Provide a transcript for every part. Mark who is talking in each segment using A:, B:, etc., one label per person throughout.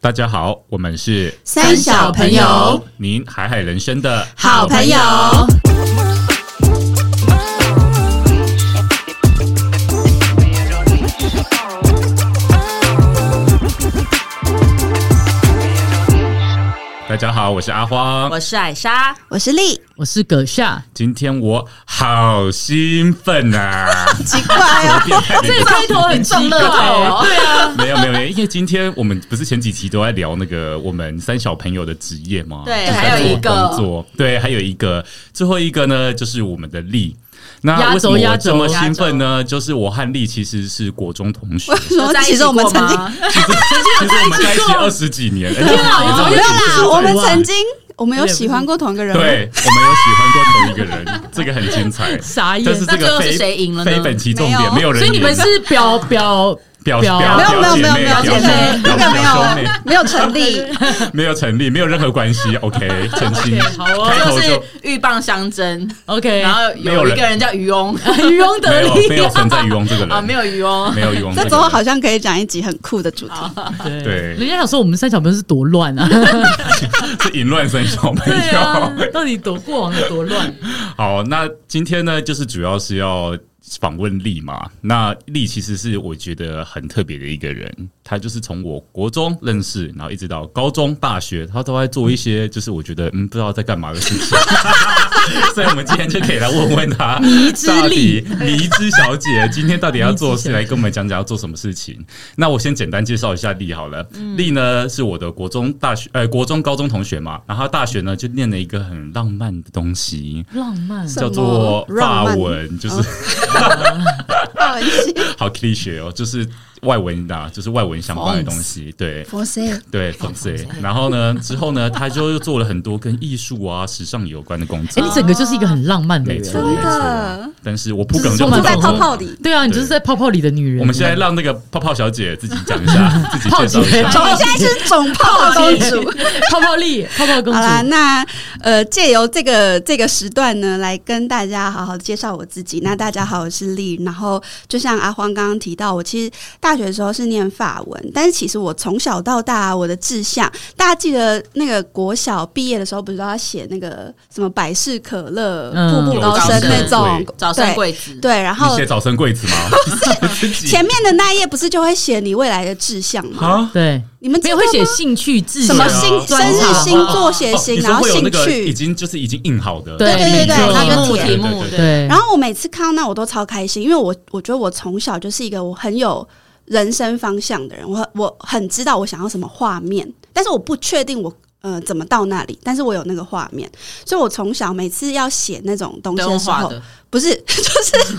A: 大家好，我们是哦
B: 三小朋友，
A: 您海海人生的
B: 好朋友。
A: 大家好，我是阿荒。
C: 我是艾莎，
B: 我是丽，
D: 我是葛夏，
A: 今天我好兴奋啊！
B: 奇怪啊，
A: 变态
D: 这开头很奇怪哦，对 啊，
A: 没有没有没有，因为今天我们不是前几期都在聊那个我们三小朋友的职业吗？
C: 对
A: 就是在
C: 还有
A: 做
C: 一个
A: 工作，对，还有一个最后一个呢，就是我们的力。那
D: 压
A: 为什
D: 轴
A: 么
D: 压
A: 我
D: 轴
A: 这么兴奋呢？就是我和力其实是国中同学，
B: 为什么
C: 在一
B: 其
C: 起
B: 实我们
C: 过
B: 曾经
C: 吗？
A: 其实其实我们在一起二十几年，哎天
D: 啊你怎么
B: 没有
D: 会这
B: 啦，
D: 样
B: 我们
D: 哇
B: 曾经我们有喜欢过同一个人吗，
A: 对，我们有喜欢过同一个人，这个很精彩。
D: 傻眼
A: 但是这
C: 那最
A: 个
C: 后
A: 非
C: 是谁赢了呢
A: 非本期重
B: 没有
A: 点，没有人
D: 所
A: 赢。
D: 以你们是表表
A: 表
D: 表
A: 表
B: 没有没有
A: 表
B: 没有
A: 姐妹
B: 没
A: 表
B: 有这
A: 姐
B: 个
A: 妹
B: 那个
A: 表兄妹
B: 没有没有成立，
A: 没有成立，没有任何关系。OK，澄清
D: OK，好哦
A: 开头
C: 就
A: 就是
C: 鹬蚌相争，
D: OK，
C: 然后
A: 没有
C: 有
A: 人
C: 一个人叫渔翁
D: 渔翁
A: 没
D: 得啊
A: 有没
D: 利
A: 有存在渔翁这个人
C: 啊，没有渔翁，
A: 没有渔翁
B: 这
A: 个
B: 之后
A: 人
B: 好像可以讲一集很酷的主题。
D: 对
A: 对
D: 人家想说我们三小朋友是多乱啊，
A: 是淫乱生小朋
D: 对啊
A: 友。，
D: 到底多过往有多乱？
A: 好，那今天呢，就是主要是要访问丽嘛。那丽其实是我觉得很特别的一个人，她就是从我国中认识，然后一直到高中、大学，她都在做一些就是我觉得嗯不知道在干嘛的事情。 所以，我们今天就可以来问问她，迷
D: 之丽，
A: 迷之小姐今天到底要做事，来跟我们讲讲要做什么事情。那我先简单介绍一下丽好了。丽、呢是我的国中、大学，呃，国中、高中同学嘛。然后她大学呢就念了一个很浪漫的东西，
D: 浪漫
B: 什
A: 叫
B: 么
A: 做法文，就是
B: 法文系
A: 好 cliche 哦，就是外文的啊、就是外文相关的东西，对。
B: 我是
A: 对，粉丝。然后呢，之后呢，他就又做了很多跟艺术啊、时尚有关的工
D: 哎，
A: 作
D: 你。整个就是一个很浪漫的
A: 没
D: 人
A: 错，
B: 真，
A: 没
B: 的
A: 错。但是我不梗就
D: 就
A: 不懂
B: 住
D: 是充
B: 在
D: 满
B: 泡泡里，
D: 对啊，你就是在泡泡里的女人。
A: 我们现在让那个泡泡小姐自己讲一下，自己介绍一下。
B: 我们现在是总泡公主。
D: 泡泡丽，泡泡公
B: 好啦，
D: 主，
B: 那呃，借由这个这个时段呢，来跟大家好好介绍我自己。那大家好，我是丽。然后就像阿荒刚刚提到，我其实大学的时候是念法文，但是其实我从小到大我的志向，大家记得那个国小毕业的时候，不是都要写那个什么百事可乐、
D: 嗯
B: 步步高升那种
C: 早生贵子，
B: 对，对，然
A: 你
B: 后
A: 写。早生贵子吗？自己
B: 前面的那一页不是就会写你未来的志向吗？
A: 啊，
D: 对，
B: 你们知
D: 没
B: 道
D: 有
B: 吗
D: 会写兴趣自
B: 什么
A: 对啊
B: 星生
D: 专
B: 日
D: 长
B: 星座写
A: 哦
B: 星，
A: 你
B: 然
A: 说
B: 后
A: 会有那
B: 兴
A: 个
B: 趣
A: 已经就是已经印好的，
D: 对
B: 对对对
D: 没错
B: 那
C: 题
B: 个
C: 目
B: 铁
C: 题目
A: 对对
C: 对，
D: 对，
B: 然后我每次看到那我都超开心，因为我我觉得我从小就是一个我很有人生方向的人，我我很知道我想要什么画面，但是我不确定我。呃，怎么到那里？但是我有那个画面，所以我从小每次要写那种东西
C: 都
B: 的
C: 用
B: 时
C: 画
B: 候，
C: 的，
B: 不是， 就是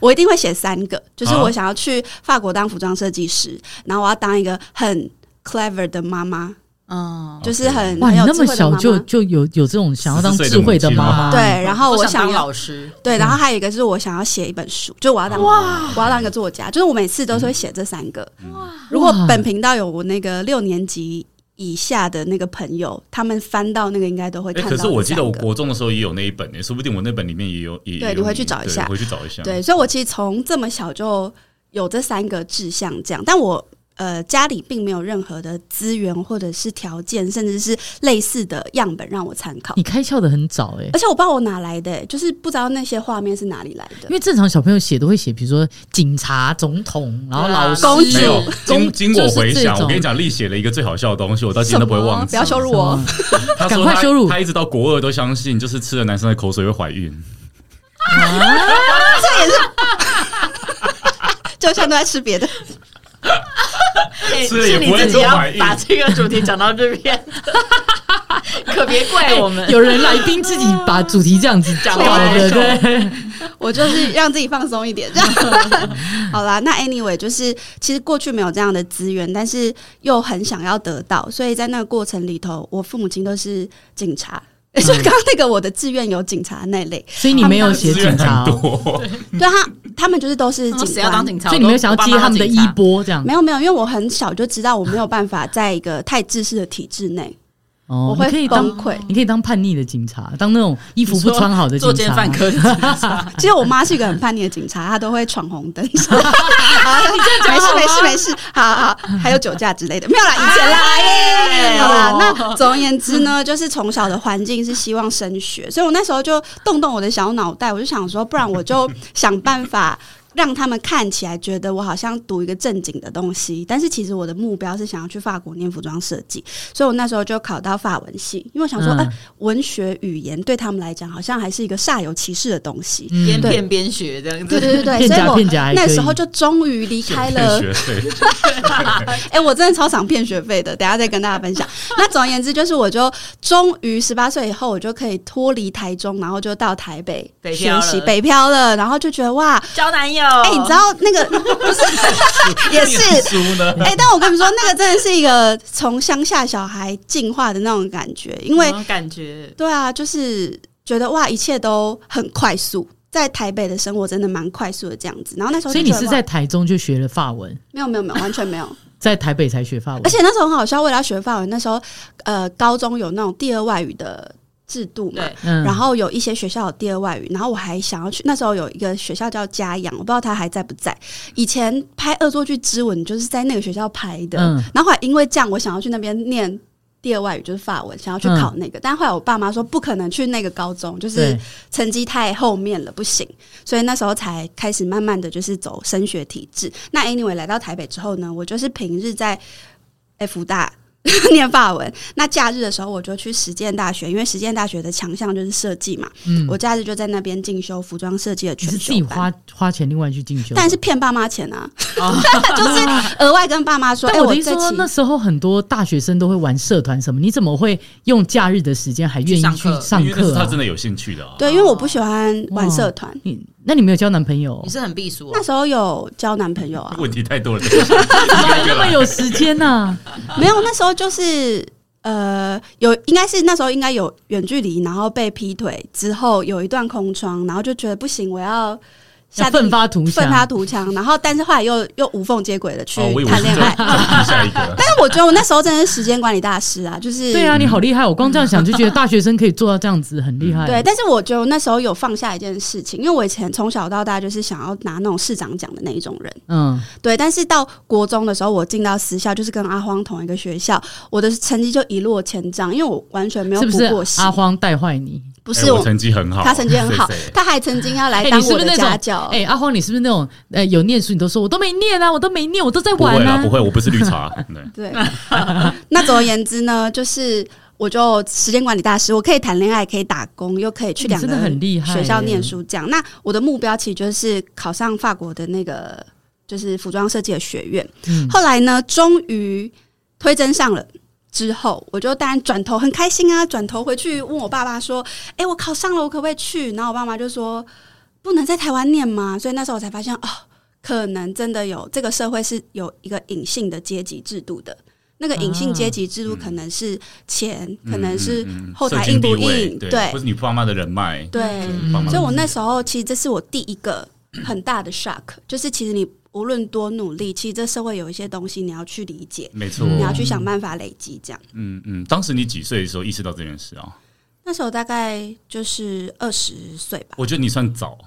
B: 我一定会写三个，就是
A: 啊
B: 我想要去法国当服装设计师，然后我要当一个很 clever 的妈妈，
C: 嗯，
B: 就是很
D: 哇，
B: 很
D: 你
B: 有
D: 那
B: 智
D: 么
B: 慧的妈
D: 小
B: 妈。
D: 就就有有这种想要当
A: 14岁的
D: 智慧的
A: 母亲
D: 妈
A: 了
D: 妈，
B: 对，然后
C: 我
B: 想
C: 当
B: 要
C: 老师，
D: 嗯
B: 对，然后还有一个是我想要写一本书，就我要当我要当一个作家，就是我每次都是会写这三个。
A: 嗯
B: 如果本频道有我那个六年级以下的那个朋友，他们翻到那个应该都会
A: 哎、
B: 看到
A: 可
B: 这
A: 是
B: 三个。
A: 我记得我国中的时候也有那一本诶、欸说不定我那本里面也有也
B: 对
A: 也有
B: 你回去找一下
A: 对我回去找一下。
B: 对，所以我其实从这么小就有这三个志向，这样，但我。呃，家里并没有任何的资源或者是条件，甚至是类似的样本让我参考
D: 你，开窍的很早哎、
B: 而且我不知道我哪来的、欸就是不知道那些画面是哪里来的
D: 因。为正常小朋友写都会写，比如说警察、总统，然后
C: 对啊
D: 老师、
B: 公主
A: 没有，经
D: 公
A: 经我回想，我跟你，
D: 就是这种
A: 讲，丽写了一个最好笑的东西，我到今天都不会忘
B: 不
A: 记。
B: 要羞辱我！
A: 她
D: 赶
A: 说
D: 快
A: 她
D: 羞辱
A: 她一直到国二都相信，就是吃了男生的口水会怀孕。
B: 就像都在吃别的，
C: 哎
A: 吃了也
C: 是你
A: 不会
C: 自己
A: 做
C: 要
A: 怀孕
C: 把这个主题讲到这 边，可别怪我们
D: 哎。有人来宾自己把主题这样子
C: 讲
D: 搞
C: 完
D: 的，
C: 了
D: 对，
B: 我就是让自己放松一点。这样 好啦，那 anyway，就是其实过去没有这样的资源，但是又很想要得到，所以在那个过程里头，我父母亲都是警察。就刚刚那个我的志愿有警察那类，
D: 所以你没有写
A: 资源
D: 警 察
A: 很
D: 哦，
A: 多，
B: 对他他们就是都是
C: 那
B: 警
C: 哦谁要当
B: 官。
C: 警察？
D: 所以你没有想要接他们的衣
C: 波。
D: 钵这样
B: 没。有没有，因为我很小就知道我没有办法在一个太自私的体制内，
D: 哦
B: 我会
D: 你可以当
B: 崩溃。
D: 你可以当叛逆的警察，当那种衣服不穿好的警
C: 做
D: 察，
C: 奸犯科的警察，
B: 其实我妈是一个很叛逆的警察，她都会闯红灯。好，没事没事没事，好好，还有酒驾之类的，没有啦，以前啦，耶好啦。那总而言之呢，就是从小的环境是希望升学，所以我那时候就动动我的小脑袋，我就想说，不然我就想办法。让他们看起来觉得我好像读一个正经的东西，但是其实我的目标是想要去法国念服装设计，所以我那时候就考到法文系，因为我想说，
D: 嗯
B: 哎、文学语言对他们来讲好像还是一个煞有其事的东西，
C: 边
D: 嗯，
C: 骗边学这 样
B: 对
C: 子。
B: 对对对，
D: 骗
B: 所以
D: 假
B: 我
D: 骗假还
B: 那
D: 可以
B: 时候就终于离开了
A: 学费，
B: 哎、我真的超想骗学费的，等一下再跟大家分享。那总而言之，就是我就终于十八岁以后，我就可以脱离台中，然后就到台北
C: 北漂
B: 学
C: 了
B: 习北漂了，然后就觉得哇，
D: 哦
C: 交男友，
B: 哎、你知道那 个不是也是。
A: 书呢？
B: 哎、但我跟你说，那个真的是一个从乡下小孩进化的那种感觉，因为
D: 嗯
C: 什么感觉
B: 对啊，就是觉得哇，一切都很快速，在台北的生活真的蛮快速的这样子。然后那时候
D: 所
B: 就
D: 以
B: 觉
D: 你
B: 得哇，
D: 是在台中就学了法文，
B: 没有没有没有，完全没 有。
D: 在台北才学法文，
B: 而且那时候很好笑，为了要学法文，那时候呃高中有那种第二外语的制度嘛。
C: 对，
D: 嗯
B: 然后有一些学校有第二外语，然后我还想要去。那时候有一个学校叫嘉阳，我不知道他还在不在。以前拍恶作剧之吻就是在那个学校拍的，
D: 嗯
B: 然后后来因为这样，我想要去那边念第二外语，就是法文，想要去
D: 嗯
B: 考那个。但后来我爸妈说不可能去那个高中，就是
D: 对，
B: 成绩太后面了，不行，所以那时候才开始慢慢的就是走升学体制。那 anyway 来到台北之后呢，我就是平日在 F 大 念法文，那假日的时候我就去实践大学，因为实践大学的强项就是设计嘛，
D: 嗯，
B: 我假日就在那边进修服装设计的
D: 你
B: 全
D: 是自
B: 修
D: 己
B: 班。
D: 花花钱另外去进修，
B: 但是骗爸妈钱啊，
C: 哦
B: 就是额外跟爸妈说，哎、
D: 但我的
B: 我
D: 意思
B: 这
D: 说，
B: 期
D: 那时候很多大学生都会玩社团什么，你怎么会用假日的时间还愿
C: 去
D: 意
C: 上
D: 去
C: 课
D: 上
A: 因为那是
D: 课
A: 他
D: 啊？
A: 真的有兴趣的啊。
B: 对，因为我不喜欢
D: 哦
B: 玩社团，
D: 你那你没有交男朋友
C: 你？是很避暑
B: 那
C: 哦，
B: 时候有交男朋友啊，
A: 问题太多了，一个
D: 那么有时间呐、
B: 没有，那时候就是呃，有应该是那时候应该有远距离，然后被劈腿之后有一段空窗，然后就觉得不行，我要
D: 要
B: 下地
D: 奋发图
B: 奋发
D: 强。
B: 图强，然后但是后来又又无缝接轨的去啊
A: 哦，我以为
B: 谈
A: 是
B: 恋
A: 这
B: 爱。
A: 样下一个。
B: 但是我觉得我那时候真的是时间管理大师啊，就是
D: 对啊，你好厉害！我光这样想就 觉得大学生可以做到这样子，很厉
B: 嗯
D: 害。
B: 对，但是我觉得我那时候有放下一件事情，因为我以前从小到大就是想要拿那种市长奖的那一种人，
D: 嗯，
B: 对。但是到国中的时候，我进到私校，就是跟阿荒同一个学校，我的成绩就一落千丈，因为我完全没有
D: 是不
B: 补
D: 是
B: 过习，
D: 阿荒带坏你？
B: 不
A: 哎
B: 是
A: 我成绩很好，
B: 他成绩很好
A: 谁谁，
B: 他还曾经要来
D: 哎
B: 当
D: 你
B: 我
D: 是不是
B: 的
D: 那种
B: 家教。
D: 哎、阿荒，你是不是那种呃有念书你都说我都没念啊，我都没念，我都在
A: 不会
D: 玩
A: 啦，
D: 啊
A: 不？会，我不是绿 茶。对，
B: 对，那总而言之呢，就是我就时间管理大师，我可以谈恋爱，可以打工，又可以去
D: 哎你
B: 两
D: 真的
B: 个
D: 很厉害
B: 学校
D: 耶
B: 念书，这样。那我的目标其实就是考上法国的那个就是服装设计的学院。
D: 嗯，
B: 后来呢，终于推甄上了。之后，我就当然转头很开心啊，转头回去问我爸爸说：“哎、我考上了，我可不可以去？”然后我爸妈就说：“不能在台湾念吗？”所以那时候我才发现，哦，可能真的有这个社会是有一个隐性的阶级制度的。那个隐性阶级制度
A: 啊
B: 可能是钱，
A: 嗯
B: 可能是
A: 嗯嗯
B: 后台
A: 社经
B: 硬不
A: 地位
B: 硬对
A: 对，或是你爸妈的人脉，
B: 对。
A: 嗯帮忙
B: 所以我那时候其实这是我第一个很大的 shock，就是其实你无论多努力，其实这社会有一些东西你要去理解。
A: 没错。
D: 嗯
B: 你要去想办法累积这样。
A: 嗯嗯，当时你几岁的时候意识到这件事啊？
B: 那时候大概就是二十岁吧，
A: 我觉得你算早，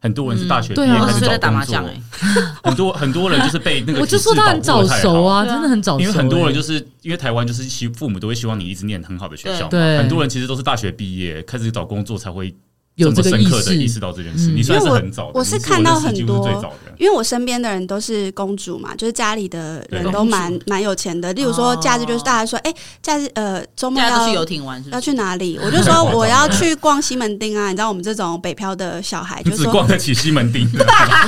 A: 很多
B: 嗯
A: 人是大学毕
D: 对
A: 业
D: 啊
A: 开
C: 二
A: 始
C: 十
A: 找
C: 岁在
A: 工
C: 打麻将
A: 作
C: 哎，
A: 很多很多人就是被那个
D: 我就
A: 体
D: 说
A: 制
D: 他很
A: 保
D: 早
A: 护得太好
D: 熟啊，
C: 对啊
D: 真的很早熟、欸
A: 因为很多人就是是因为台湾就是希父母都会希望你一直念很好的学校嘛，
D: 对对
A: 很多人其实都是大学毕业开始找工作才会
D: 有
A: 这
D: 这
A: 么
D: 个
A: 深
D: 意
A: 刻的
D: 识，
A: 意识到这件事。
D: 嗯
A: 你算是很早的，
B: 因为我
A: 你是
B: 我是看到
A: 我认识
B: 很
A: 几乎是
B: 多
A: 最早的。
B: 因为我身边的人都是公主嘛，就是家里的人
A: 对
B: 都蛮蛮有钱的。例如说
C: 哦
B: 假日就是大家说，哎、假日呃周末
C: 大家都去游
B: 要。
C: 艇玩，是不
B: 要
C: 是？
B: 去哪里？我就说 我要去逛西门町啊！你知道我们这种北漂的小孩就
A: 你只
B: 说，
A: 逛得起西门町的，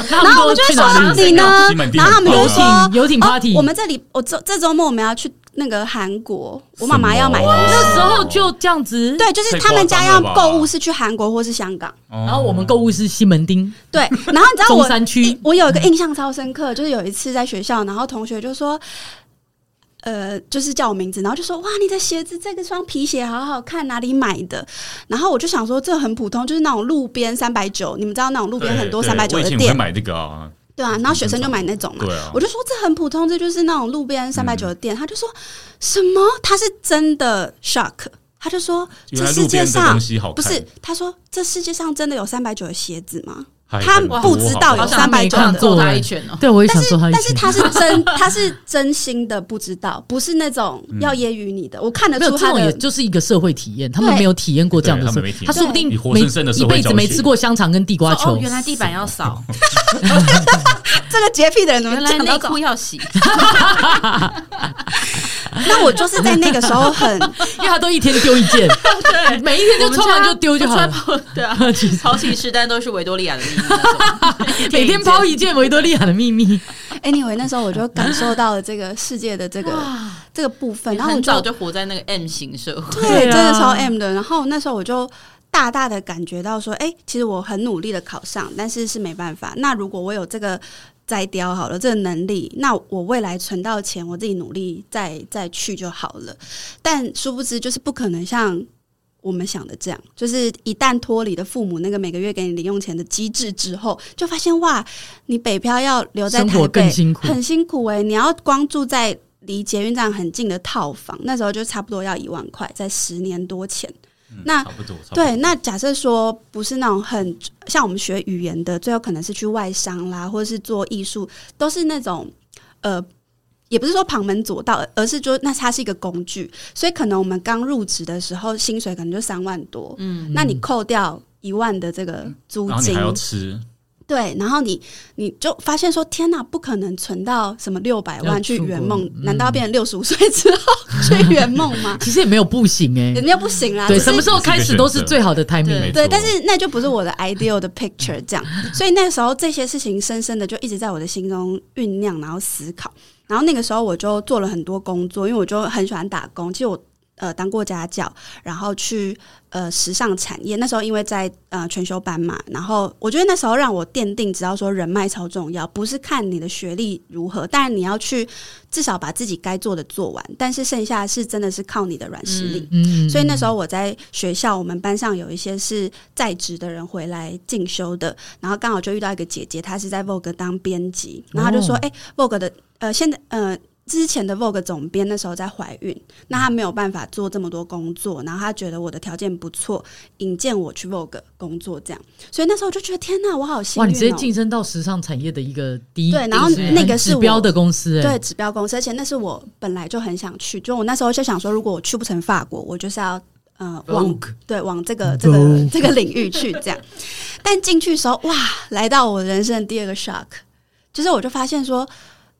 D: 然后啊我就会
B: 说你呢
A: 西门？町
B: 然后他们就
A: 很
B: 说
A: 棒
D: 啊游艇游艇 party
B: 哦我们这里我这这周末我们要去那个韩国， 我妈妈要买
A: 什么啊
B: 东西。
D: 那时候就这样子，
B: 对，就是
A: 太
B: 他们
A: 夸
B: 家
A: 张
B: 要
A: 了吧
B: 购物是去韩国或是香港。
A: 然
D: 然后我们购物是西门町，
B: 对， 然后你知道我
D: 中山区
B: 一我有一个印象超深刻，就是有一次在学校，然后同学就说。呃，就是叫我名字，然后就说哇，你的鞋子这个双皮鞋好好看，哪里买的？然后我就想说，这很普通，就是那种路边三百九，你们知道那种路边很多三百九
A: 我以
B: 的
A: 前也会
B: 店，
A: 买这个啊，
B: 对啊，然后学生就买那种嘛，
A: 对啊
B: 我，就说这很普通，这就是那种路边三百九的店。他就说什么？他是真的 shock，他就说
A: 原
B: 这
A: 来
B: 世
A: 路
B: 界
A: 边的
B: 上
A: 东西好看，
B: 不是，他说这世界上真的有三百九的鞋子吗？
A: 还
B: 他
A: 很多
B: 不知
A: 好
B: 道
C: 好
A: 看
B: 有
C: 想
B: 390
C: 好想揍他一拳哦！
D: 对，我也
B: 但
D: 想
B: 是
D: 揍他一
B: 但是
D: 拳。
B: 他是真他是真心的不知道，不是那种要揶揄你的。我看得
D: 没有
B: 出
D: 这
B: 他
D: 种，也
B: 的
D: 就是一个社会体验，他们
B: 对
D: 没有体验过这样的
A: 对
D: 事
A: 他们没体，验
D: 他说不定
A: 以活
D: 没
A: 生生的社
D: 一
A: 会
D: 辈子
A: 教
D: 没
A: 训
D: 吃过香肠跟地瓜
C: 说
D: 球
C: 哦，，原来地板要扫，
B: 这个洁癖的人怎么
C: 原来
B: 讲
C: 内
B: 到这种
C: 裤要洗，
B: 那我就是在那个时候很
D: 因为他都一天丢一件，
C: 对，
D: 每一天就穿完就丢就好了，
C: 我们家不穿跑对啊
D: 其实
C: 潮起时但都是维多利亚的秘密那种，
D: 每天抛一件维多利亚的秘密。
B: anyway，那时候我就感受到了这个世界的这个这个部分，
C: 你
B: 然后我
C: 很早
B: 就
C: 就活在那个 M 型社会，
B: 对，
D: 对
B: 真
D: 啊
B: 的超 M 的。然后那时候我就大大的感觉到说，哎、其实我很努力的考上，但是是没办法。那如果我有这个摘雕好了，这个能力，那我未来存到钱，我自己努力再 再去就好了。但殊不知，就是不可能像。我们想的这样，就是一旦脱离了父母那个每个月给你零用钱的机制之后，就发现哇，你北漂要留在
D: 生
B: 台
D: 活
B: 北
D: 更辛苦
B: 很辛苦哎、你要光住在离捷运站很近的套房，那时候就差不多要一万块，在十年多前。
A: 嗯
B: 那
A: 差不多，差不多
B: 对，那假设说不是那种很像我们学语言的，最后可能是去外商啦，或者是做艺术，都是那种呃，也不是说旁门左道，而而是就那它是一个工具，所以可能我们刚入职的时候，薪水可能就三万多，嗯，那你扣掉一万的这个租
A: 然后你
B: 金，
A: 还要吃，
B: 对，然后你你就发现说，天哪，不可能存到什么六百
D: 要
B: 万去
D: 出
B: 圆
D: 国
B: 梦，
D: 嗯
B: 难道变成六十五岁之后去圆梦 吗？
D: 其实也没有不行哎、
B: 人家不行啦，
D: 对，
B: 只是
D: 什么时候开始都是最好的
A: 没
B: 啊
D: timing。
B: 对，
A: 错嗯
B: 但是那就不是我的 ideal 的 picture 这样，所以那时候这些事情深深的就一直在我的心中酝酿，然后思考。然后那个时候我就做了很多工作，因为我就很喜欢打工。其实我呃当过家教，然后去呃时尚产业。那时候因为在呃全修班嘛，然后我觉得那时候让我奠定，只要说人脉超重要，不是看你的学历如何，当然你要去至少把自己该做的做完，但是剩下是真的是靠你的软实力。
C: 嗯
D: 嗯
B: 所以那时
D: 候
B: 候我在学校，我们班上有一些是在职的人回来进修的，然后刚好就遇到一个姐姐，她是在 Vogue 当编辑，然后她就说：“
D: 哦
B: 哎、v o g u e 的呃，现在呃。”之前的 Vogue 总编那时候在怀孕，那她没有办法做这么多工作，然后她觉得我的条件不错，引荐我去 Vogue 工作这样，所以那时候我就觉得天哪，我好幸
D: 哇，
B: 运、哦！
D: 你直接晋升到时尚产业的一个第一，
B: 对然后
D: 就是
B: 那个是
D: 指
B: 我
D: 标的公司、哎，
B: 对指标公司，而且那是我本来就很想去，就我那时候就想说，如果我去不成法国，我就是要呃往
C: Vogue
B: 对往这个这个
D: Vogue
B: 这个领域去这样。但进去的时候，哇，来到我人生的第二个 shock，就是我就发现说。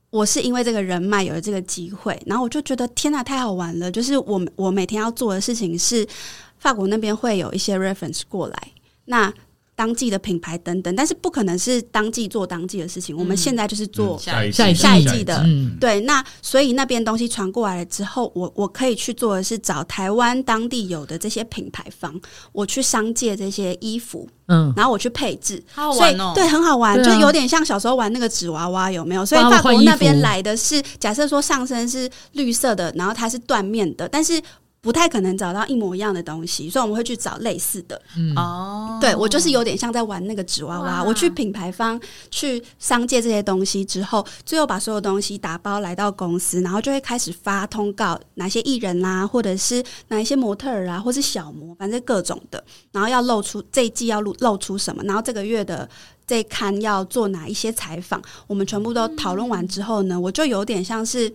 B: 我是因为这个人脉有了这个机会，然后我就觉得天呐，太好玩了！就是我我每天要做的事情是，法国那边会有一些 reference 过来，那当季的品牌等等，但是不可能是当季做当季的事情。我们
C: 嗯
B: 现在就是做
A: 嗯一季
D: 下一季
B: 下一季的
D: 嗯，
B: 对，那所以那边东西传过来了之后，我我可以去做的是找台湾当地有的这些品牌方，我去商借这些衣服，
D: 嗯，
B: 然后我去配置，
C: 好好
B: 所以
C: 玩哦，
B: 对，很好玩，
D: 对
B: 就
D: 啊
B: 有点像小时候玩那个纸娃娃，有没有？所以
D: 帮他
B: 法国
D: 们换衣服
B: 那边来的是，假设说上身是绿色的，然后它是缎面的，但是。不太可能找到一模一样的东西，所以我们会去找类似的。
C: 哦，
B: 对我就是有点像在玩那个纸娃娃，
C: 哇
B: 我去品牌方去商借这些东西之后，最后把所有东西打包来到公司，然后就会开始发通告，哪些艺人啦、或者是哪一些模特儿啊，或是小模，反正各种的，然后要露出这一季要露露出什么，然后这个月的。这一刊要做哪一些采访？我们全部都讨论完之后呢，我就有点像是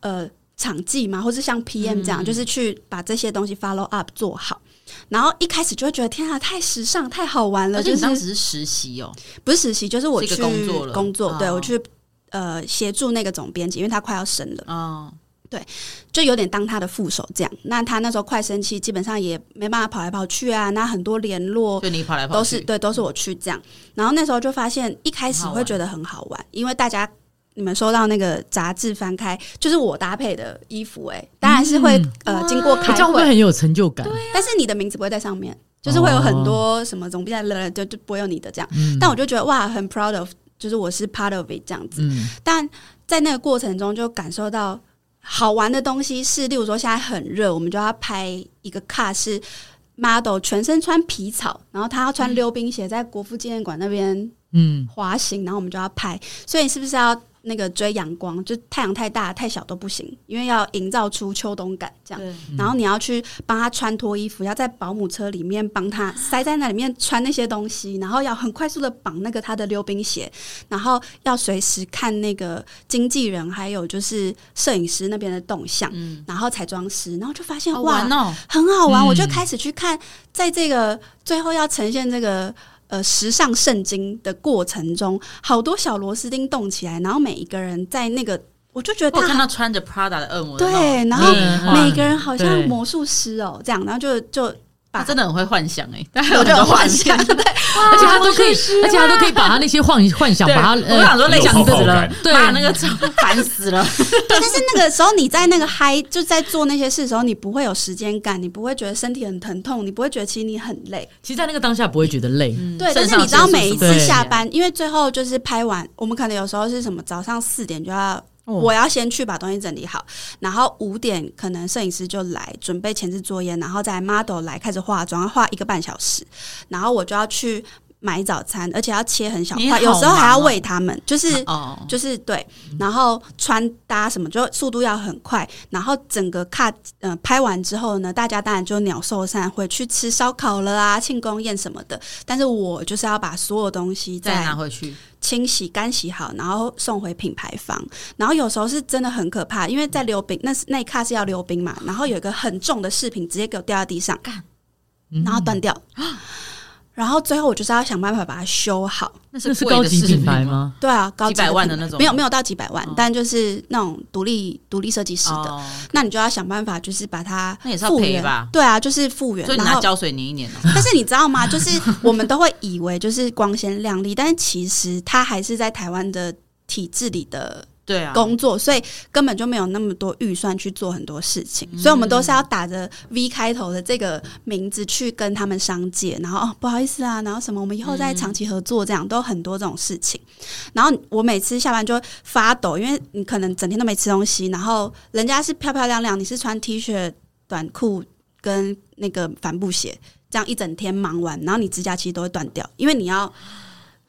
B: 呃场记嘛，或是像 PM
C: 嗯
B: 这样，就是去把这些东西 follow up 做好。然后一开始就会觉得天啊，太时尚，太好玩了，
C: 而且
B: 就
C: 你当
B: 是
C: 时是实习哦，
B: 不是实习，就是我
C: 是一个
B: 去
C: 工作了
B: 工作对
C: 哦
B: 我去呃协助那个总编辑，因为他快要生了，
C: 哦，
B: 就有点当他的副手这样。那他那时候快生期，基本上也没办法跑来跑去啊，那很多联络
C: 就你跑来跑去，
B: 都是对，都是我去这样。然后那时候就发现，一开始会觉得很好
C: 嗯
B: 玩，因为大家你们收到那个杂志翻开，就是我搭配的衣服、欸，当然是会、
C: 嗯
B: 呃经过
D: 这
B: 开
D: 样会不
B: 会
D: 会，很有成就感？
B: 但是你的名字不会在上面，就是会有很多什么总比赛了，就就不会有你的这样。
C: 嗯
B: 但我就觉得哇，很 proud of，就是我是 part of it 这样子。
D: 嗯，
B: 但在那个过程中，就感受到好玩的东西是，例如说现在很热，我们就要拍一个 cut 是 model 全身穿皮草，然后他要穿溜冰鞋，在国父纪念馆那边
D: 嗯，
B: 滑行，然后我们就要拍，所以是不是要那个追阳光？就太阳太大、太小都不行，因为要营造出秋冬感这样。
C: 对，
B: 然后你要去帮他穿脱衣服，要在保姆车里面帮他塞在那里面穿那些东西，然后要很快速的绑那个他的溜冰鞋，然后要随时看那个经纪人还有就是摄影师那边的动向，
C: 嗯，
B: 然后彩妆师，然后就发现
C: 好
B: 哇，
C: 玩哦，
B: 很好玩，
D: 嗯
B: 我就开始去看，在这个最后要呈现这个呃时尚圣经的过程中，好多小螺丝钉动起来，然后每一个人在那个，我就觉得
C: 我看
B: 他
C: 到穿着 Prada 的恶魔，
B: 对，然后
D: 嗯
C: 后
B: 每个人好像
D: 对
B: 魔术师哦，这样，然后就就
C: 他真的很会幻想哎，他
B: 我
C: 很
B: 就
C: 多
B: 有
C: 幻
B: 幻想，对，
D: 而且他都可以，而且他都可以把他那些幻幻想，
C: 对
D: 把他呃
C: 我想说类似
A: 有泡泡
D: 死了
A: 感，
D: 对，
C: 把那个超烦死了，
B: 但是那个时候你在那个嗨，就在做那些事的时候，你不会有时间感，你不会觉得身体很疼痛，你不会觉得其实你很累，
D: 其实，在那个当下不会觉得累，
B: 对，但是
C: 嗯肾上
B: 你知道
C: 腺素
B: 每一
C: 什么
B: 次
C: 的
B: 下班，因为最后就是拍完，我们可能有时候是什么早上四点就要。
C: 哦
B: 我要先去把东西整理好，然后五点可能摄影师就来准备前置作业，然后再 model 来开始化妆，化一个半小时，然后我就要去买早餐，而且要切很小
C: 你
B: 块，
C: 好
B: 有时候还要
C: 忙哦
B: 喂他们， 就是
C: 哦，
B: 就是对，然后穿搭什么就速度要很快，然后整个卡嗯、拍完之后呢，大家当然就鸟兽散，会去吃烧烤了啊、庆功宴什么的。但是我就是要把所有东西
C: 再拿
B: 再
C: 回去，
B: 清洗、干洗好，然后送回品牌方。然后有时候是真的很可怕，因为在溜冰，那是那一卡是要溜冰嘛，然后有一个很重的饰品直接给我掉在地上，
D: 嗯
B: 然后断掉。然后最后我就是要想办法把它修好。
C: 那
D: 那是
C: 贵的
D: 高级
C: 饰
D: 品
C: 品
D: 牌？吗？
B: 对啊，高级
C: 几百万的
B: 品牌
C: 那种
B: 没有没有到几百万，
C: 哦
B: 但就是那种独立独立设计师的，
C: 哦，
B: 那你就要想办法，就是把它
C: 那也是要
B: 复原
C: 赔吧？
B: 对啊，就是复原
C: 所，以你
B: 然
C: 拿
B: 后。
C: 胶水粘一粘哦，
B: 但是你知道吗？就是我们都会以为就是光鲜亮丽，但是其实它还是在台湾的体制里的
C: 对啊，
B: 工作，所以根本就没有那么多预算去做很多事情。
C: 嗯
B: 所以我们都是要打着 V 开头的这个名字去跟他们商界，然后哦不好意思啊，然后什么我们以后再长期合作，这样都有很多这种事情。然后我每次下班就会发抖，因为你可能整天都没吃东西，然后人家是漂漂亮亮，你是穿 T 恤、短裤跟那个帆布鞋，这样一整天忙完，然后你指甲其实都会断掉，因为你要。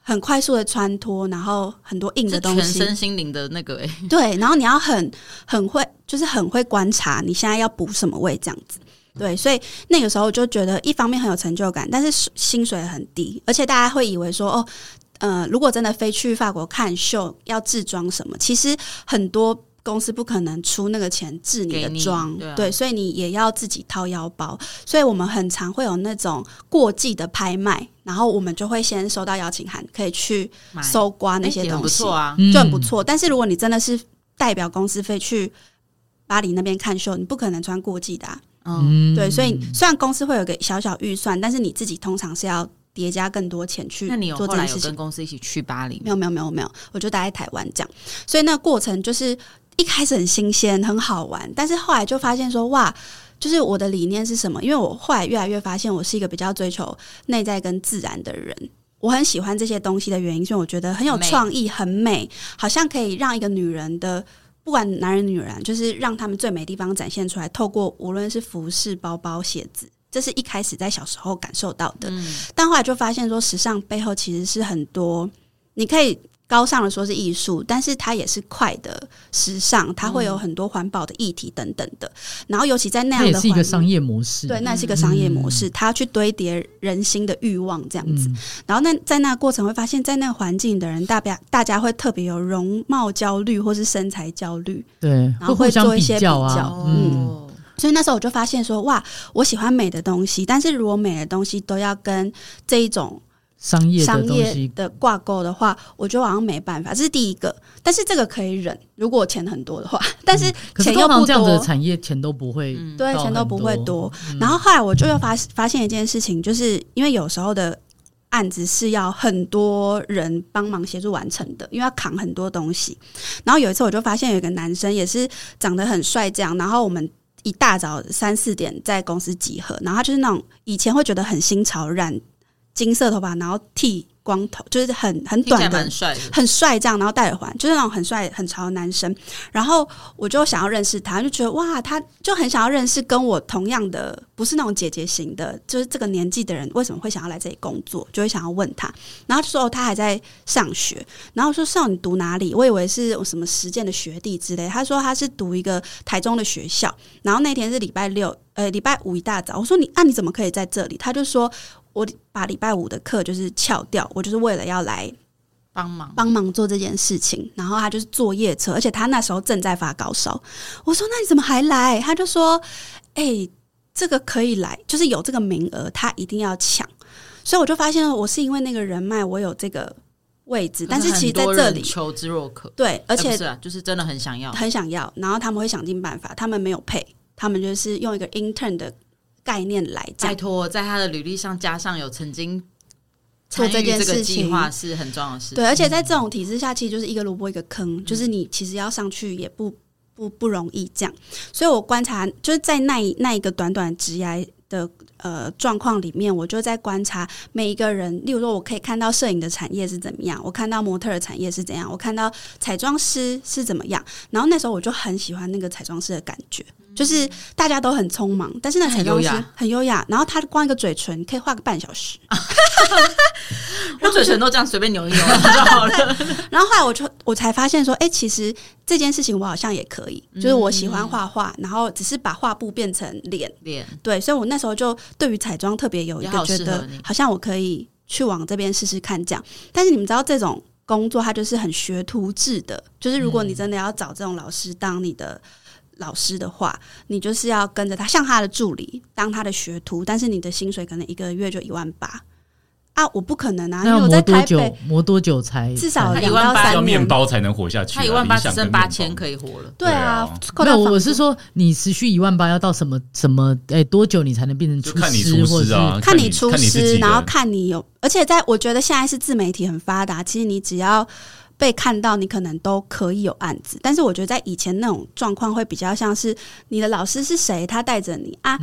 B: 很快速的穿脱，然后很多硬的
C: 是
B: 东
C: 全
B: 西，
C: 身心灵的那个哎，
B: 对，然后你要很很会，就是很会观察你现在要补什么位这样子。对，所以那个时候我就觉得，一方面很有成就感，但是薪水很低，而且大家会以为说，哦，呃，如果真的飞去法国看秀，要制装什么，其实很多。公司不可能出那个钱制你
C: 给
B: 的
C: 你
B: 妆，
C: 对啊
B: 所以你也要自己掏腰包。所以我们很常会有那种过季的拍卖，然后我们就会先收到邀请函，可以去
C: 买
B: 搜刮啊那
C: 哎
B: 些
C: 也很
B: 东
C: 不
B: 西。
C: 错啊，
D: 嗯
B: 就很不。错。但是如果你真的是代表公司飞去巴黎那边看秀，你不可能穿过季的、啊，
C: 嗯，
D: 嗯
B: 对。所以虽然公司会有个小小预算，但是你自己通常是要叠加更多钱去
C: 那你有
B: 做
C: 后
B: 这
C: 来
B: 件
C: 有
B: 事情
C: 跟。公司一起去巴黎
B: 没
C: 吗？
B: 有没有没有没有，我就待在台湾这样，所以那个过程就是一开始很新鲜，很好玩，但是后来就发现说哇。就是我的理念是什么？因为我后来越来越发现，我是一个比较追求内在跟自然的人。我很喜欢这些东西的原因，是因为我觉得很有
C: 美
B: 创意，很美，好像可以让一个女人的，不管男人女人，就是让他们最美的地方展现出来。透过无论是服饰、包包、鞋子，这是一开始在小时候感受到的。
C: 嗯，
B: 但后来就发现说，时尚背后其实是很多，你可以高尚的说是艺术，但是它也是快的时尚，它会有很多环保的议题等等的。然后尤其在那
D: 它
B: 样
D: 也
B: 的
D: 是一
B: 环
D: 个商业模式，
B: 对，那是一个商业模式，它要去堆叠人心的欲望这样子。
D: 嗯，
B: 然后那在那过程会发现，在那个环境的人，大家大家会特别有容貌焦虑或是身材焦虑，
D: 对，
B: 然
D: 会
B: 后
D: 互
B: 会
D: 相
B: 做一些比
D: 较啊
B: 较，
D: 嗯，
C: 哦，
B: 所以那时候我就发现说，哇，我喜欢美的东西，但是如果美的东西都要跟这一种
D: 商业的
B: 商
D: 东
B: 业
D: 西，
B: 的挂钩的话，我觉得好像没办法，这是第一个。但是这个可以忍，如果钱很多的话， 但是
D: 嗯可是
B: 钱
D: 通
B: 又
D: 常
B: 不
D: 这样的
B: 多，
D: 产业钱都不会，
C: 嗯
B: 对，啊
D: 到
B: 钱都
D: 很
B: 不会多
D: 多。
B: 然后后来我就又发发现一件事情，就是因为有时候的案子是要很多人帮忙协助完成的，因为要扛很多东西。然后有一次我就发现有一个男生也是长得很帅，这样，然后我们。一大早三四点在公司集合，然后他就是那种以前会觉得很新潮染金色头发，然后剃光头，就是很很
C: 听起来
B: 短的
C: 蛮帅的。
B: 很帅这样，然后戴耳环，就是那种很帅很潮的男生。然后我就想要认识他，就觉得哇，他就很想要认识跟我同样的，不是那种姐姐型的，就是这个年纪的人为什么会想要来这里工作，就会想要问他。然后他就说哦，他还在上学。然后我说哦少你读哪里？我以为是我什么实践的学弟之类。他说他是读一个台中的学校。然后那天是礼拜六，呃，礼拜五一大早。我说你啊，你怎么可以在这里？他就说。我把礼拜五的课就是翘掉，我就是为了要来
C: 帮忙，
B: 帮忙做这件事情，然后他就是坐夜车，而且他那时候正在发高烧。我说：“那你怎么还来？”他就说：“哎、这个可以来，就是有这个名额，他一定要抢。”所以我就发现，我是因为那个人脉，我有这个位置，但是
C: 可
B: 其实
C: 很
B: 在
C: 多
B: 这
C: 人
B: 里，
C: 求之若渴，
B: 对，而
C: 哎
B: 且
C: 不是啊，就是真的很想要，
B: 很想要，然后他们会想尽办法，他们没有配，他们就是用一个 intern 的概念来讲
C: 拜。托，在他的履历上加上有曾经
B: 做
C: 参
B: 这
C: 与
B: 件
C: 这个
B: 事
C: 计
B: 情
C: 划是很重要的事。
B: 对，，而且在这种体制下，其实就是一个萝卜一个坑，就是你其实要上去也不不不容易这样。所以我观察，就是在那一那一个短短职涯的呃状况里面，我就在观察每一个人。例如说，我可以看到摄影的产业是怎么样，我看到模特儿的产业是怎样，我看到彩妆师是怎么样。然后那时候我就很喜欢那个彩妆师的感觉。就是大家都很匆忙，但是那彩
C: 很
B: 妆
C: 优
B: 师
C: 雅
B: 很优雅，然后他光一个嘴唇可以画个半小时，
C: 我嘴唇都这样随便扭一扭就好 了。
B: 然后后来我就我才发现说，哎、其实这件事情我好像也可以，就是我喜欢画画，然后只是把画布变成脸，
C: 脸
B: 对，所以我那时候就对于彩妆特别有一
C: 也
B: 个
C: 好
B: 觉
C: 适合
B: 得
C: 你，
B: 好像我可以去往这边试试看这样。但是你们知道这种工作它就是很学徒制的，就是如果你真的要找这种老师当你的。老师的话，你就是要跟着他，像他的助理，当他的学徒，但是你的薪水可能一个月就一万八啊！我不可能啊，因
D: 那
B: 为
D: 要
B: 我
D: 磨
B: 在
D: 多
B: 台
D: 久
B: 北？
D: 磨多久才
B: 至少
D: 才
C: 那
B: 两
C: 18,000
B: 到
A: 要
B: 三年
A: 面包才能活下去啊。
C: 他一万八
A: 理
C: 只
A: 想
C: 剩
A: 跟
C: 八
A: 面
C: 千
A: 包
C: 可以活了，
B: 对
A: 对
B: 啊
A: 啊，
B: 扣
D: 没
B: 掉
D: 有，我
B: 房
D: 是
B: 租
D: 说你持续一万八要到什么什么？哎、多久你才能变成
A: 就
D: 厨
A: 看你
D: 师，
A: 厨
D: 或者
A: 师
D: 是
A: 啊，
B: 看你
A: 你
B: 出
A: 看你自己
B: 师，
A: 的
B: 然后看你有，而且在我觉得现在是自媒体很发达，其实你只要被看到，你可能都可以有案子。但是我觉得在以前那种状况会比较像是你的老师是谁，他带着你啊。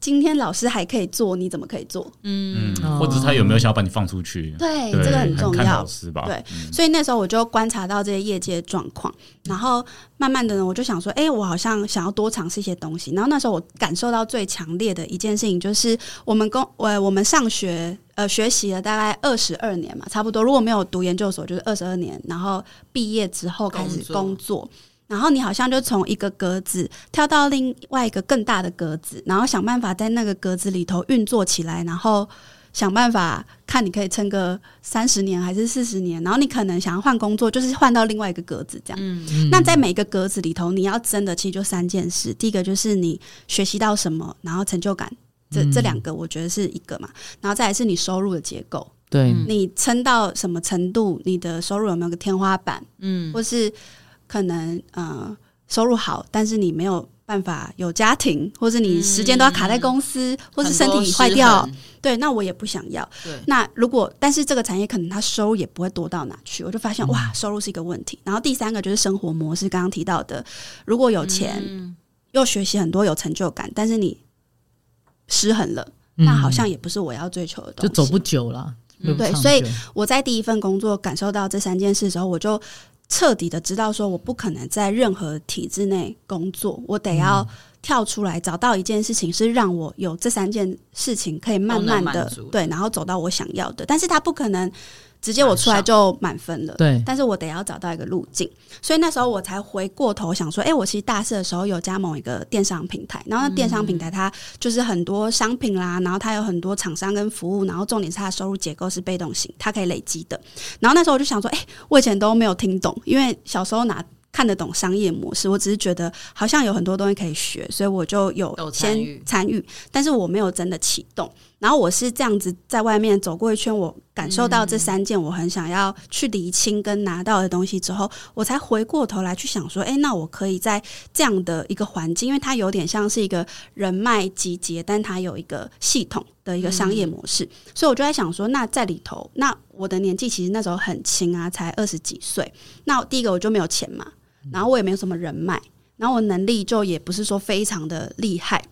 B: 今天老师还可以做，你怎么可以做？
A: 嗯，
D: 哦
A: 或者是他有没有想要把你放出去？
B: 对，
A: 对
B: 这个很重
A: 看
B: 要
A: 老。师吧。嗯
B: 对，所以那时候我就观察到这些业界状况，然后慢慢的呢，我就想说，哎、我好像想要多尝试一些东西。然后那时候我感受到最强烈的一件事情，就是我们公呃我们上学呃学习了大概二十二年嘛，差不多。如果没有读研究所，就是二十二年，然后毕业之后开始
C: 工作
B: 工作。然后你好像就从一个格子跳到另外一个更大的格子，然后想办法在那个格子里头运作起来，然后想办法看你可以撑个三十年还是四十年，然后你可能想要换工作，就是换到另外一个格子这样。
C: 嗯，
D: 嗯
B: 那在每个格子里头，你要争的其实就三件事，第一个就是你学习到什么，然后成就感。这这两个我觉得是一个嘛，然后再来是你收入的结构，
D: 对、
C: 嗯
B: 你撑到什么程度，你的收入有没有个天花板，
C: 嗯，
B: 或是可能呃收入好，但是你没有办法有家庭，或是你时间都要卡在公司，或是身体坏掉
C: 很，多失
B: 对，那我也不想要。
C: 衡，对，
B: 那如果但是这个产业可能它收入也不会多到哪去，我就发现哇，收入是一个问题。然后第三个就是生活模式，刚刚提到的，如果有钱、
C: 嗯
B: 又学习很多有成就感，但是你失衡了，
D: 嗯
B: 那好像也不是我要追求的东西。
D: 就走不久了。
C: 嗯
D: 对
B: 对，所以我在第一份工作感受到这三件事的时候，我就彻底的知道说，我不可能在任何体制内工作，我得
C: 嗯
B: 要跳出来，找到一件事情是让我有这三件事情可以慢慢
C: 都能
B: 的
C: 满足
B: 对，然后走到我想要的。但是它不可能直接我出来就满分了，
D: 对
B: 但是我得要找到一个路径，所以那时候我才回过头想说，哎、我其实大四的时候有加盟一个电商平台，然后那电商平台它就是很多商品啦，然后它有很多厂商跟服务，然后重点是它的收入结构是被动型，它可以累积的。然后那时候我就想说，哎、我以前都没有听懂，因为小时候哪看得懂商业模式，我只是觉得好像有很多东西可以学，所以我就有
C: 有参与
B: 先参与，但是我没有真的启动。然后我是这样子在外面走过一圈，我感受到
C: 嗯
B: 这三件我很想要去厘清跟拿到的东西之后，我才回过头来去想说，哎、那我可以在这样的一个环境，因为它有点像是一个人脉集结，但它有一个系统的一个商业模式，所以我就在想说，那在里头，那我的年纪其实那时候很轻啊，才二十几岁，那第一个我就没有钱嘛，然后我也没有什么人脉，然后我能力就也不是说非常的厉害。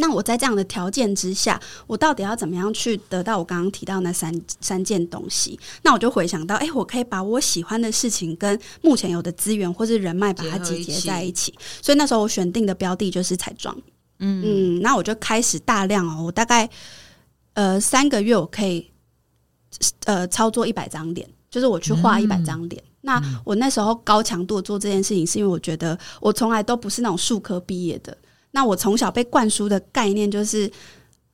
B: 那我在这样的条件之下，我到底要怎么样去得到我刚刚提到那三三件东西？那我就回想到，哎、我可以把我喜欢的事情跟目前有的资源或是人脉把它
C: 结合
B: 集
C: 一
B: 结
C: 起
B: 在一起。所以那时候我选定的标的就是彩妆，
C: 嗯，
B: 嗯，那我就开始大量哦，我大概呃三个月我可以呃操作一百张脸，就是我去画一百
D: 嗯
B: 张脸。那我那时候高强度地做这件事情，是因为我觉得我从来都不是那种术科毕业的。那我从小被灌输的概念就是，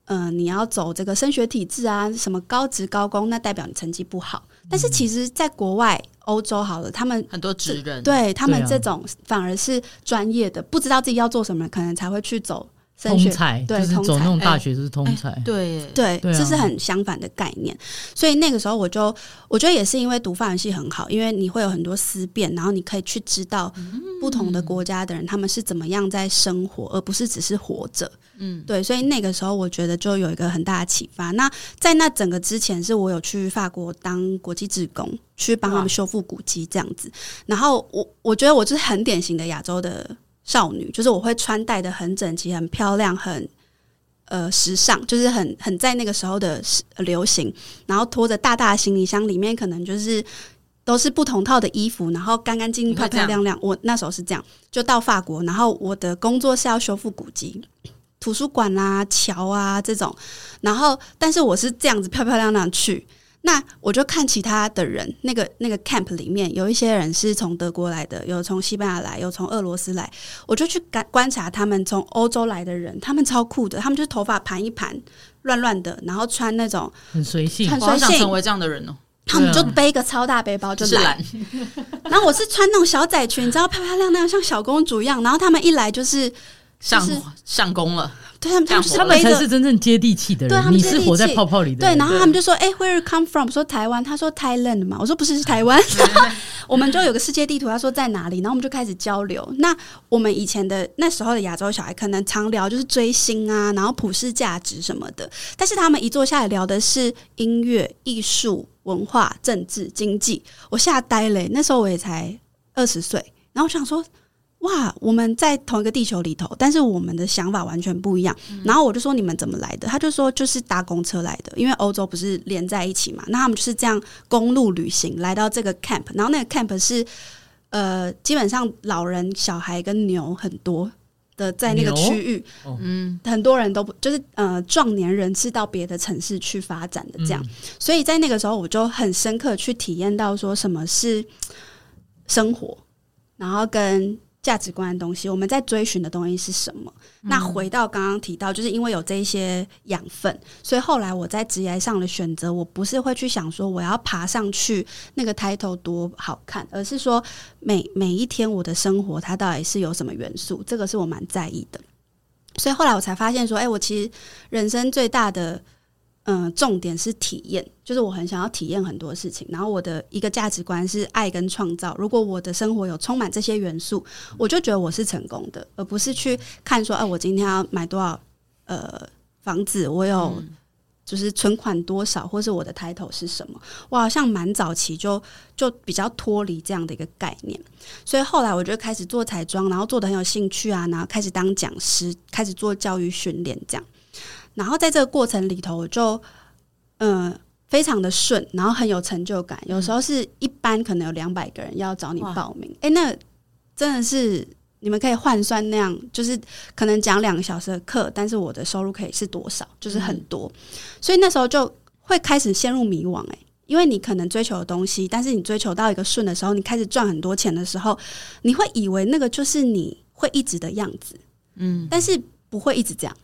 B: 嗯、你要走这个升学体制啊，什么高职高工，那代表你成绩不好。但是其实，在国外欧洲好了，他们
C: 很多职人，
B: 对他们
D: 嗯对啊
B: 这种反而是专业的，不知道自己要做什么，可能才会去走升
D: 通
B: 学
D: 才，
B: 对
D: 就是
B: 通
D: 走那种
C: 才
D: 大
C: 哎
D: 学就是通才，
C: 对
B: 对，
D: 对啊
B: 这是很相反的概念。所以那个时候我就，我觉得也是因为读法文系很好，因为你会有很多思辨，然后你可以去知道不同的国家的人、他们是怎么样在生活，而不是只是活着。
C: 嗯，
B: 对，所以那个时候我觉得就有一个很大的启发。那在那整个之前，是我有去法国当国际志工，去帮他
C: 哇
B: 们修复古迹这样子。然后我我觉得我就是很典型的亚洲的少女，就是我会穿戴的很整齐、很漂亮、很。呃，时尚就是很很在那个时候的时呃流行，然后拖着大大的行李箱，里面可能就是都是不同套的衣服，然后干干净净、
C: 你会
B: 漂
C: 这样
B: 漂亮亮。我那时候是这样，就到法国，然后我的工作是要修复古迹，图书馆啦、桥啊这种，然后但是我是这样子漂漂亮亮去。那我就看其他的人，那个那个 camp 里面有一些人是从德国来的，有从西班牙来，有从俄罗斯来，我就去观观察他们从欧洲来的人，他们超酷的，他们就是头发盘一盘，乱乱的，然后穿那种，
D: 很随性。
B: 很
C: 我好
B: 随
C: 想
B: 性
C: 成为这样的人哦，
B: 他们就
D: 对啊
B: 背一个超大背包
C: 就
B: 就是来，
C: 懒，
B: 然后我是穿那种小窄裙，你知道漂漂亮亮像小公主一样，然后他们一来就是，
C: 上
B: 就是
C: 上工了，
B: 对他们他们就是
C: 干
D: 他
C: 活
D: 们
B: 背
D: 才
B: 着
D: 是真正接地气的
B: 对他
D: 人，
B: 们
D: 你
B: 接地
D: 是活在
B: 气
D: 泡泡里的
B: 对，
D: 人。
B: 然后他们就说：“哎、w h e r e you come from？” 说台湾，他说 Thailand 嘛，我说不是，是台 湾。我们就有个世界地图，他说在哪里，然后我们就开始交流。那我们以前的那时候的亚洲小孩，可能常聊就是追星啊，然后普世价值什么的，但是他们一坐下来聊的是音乐、艺术、文化、政治、经济，我吓呆了欸、那时候我也才二十岁，然后我想说。哇，我们在同一个地球里头，但是我们的想法完全不一样。然后我就说你们怎么来的？他就说就是搭公车来的，因为欧洲不是连在一起嘛，那他们就是这样公路旅行来到这个 camp，然后那个 camp 是呃，基本上老人、小孩跟牛很多的在那个
D: 牛
B: 区域，
C: 嗯，
B: 很多人都不就是呃壮年人是到别的城市去发展的这样，所以在那个时候我就很深刻去体验到说什么是生活，然后跟价值观的东西，我们在追寻的东西是什么？那回到刚刚提到，就是因为有这一些养分，所以后来我在职业上的选择，我不是会去想说我要爬上去那个 title 多好看，而是说每每一天我的生活它到底是有什么元素，这个是我蛮在意的。所以后来我才发现说，哎、我其实人生最大的嗯、呃重点是体验，就是我很想要体验很多事情。然后我的一个价值观是爱跟创造。如果我的生活有充满这些元素，我就觉得我是成功的，而不是去看说，哎、我今天要买多少呃房子，我有、就是存款多少，或是我的抬头是什么？我好像蛮早期就就比较脱离这样的一个概念，所以后来我就开始做彩妆，然后做的很有兴趣啊，然后开始当讲师，开始做教育训练这样。然后在这个过程里头，我就嗯、呃非常的顺，然后很有成就感。有时候是一般可能有两百个人要找你
C: 哇
B: 报名，哎、那真的是你们可以换算那样，就是可能讲两个小时的课，但是我的收入可以是多少，就是很多。所以那时候就会开始陷入迷惘、欸，因为你可能追求的东西，但是你追求到一个顺的时候，你开始赚很多钱的时候，你会以为那个就是你会一直的样子，
C: 嗯，
B: 但是不会一直这样。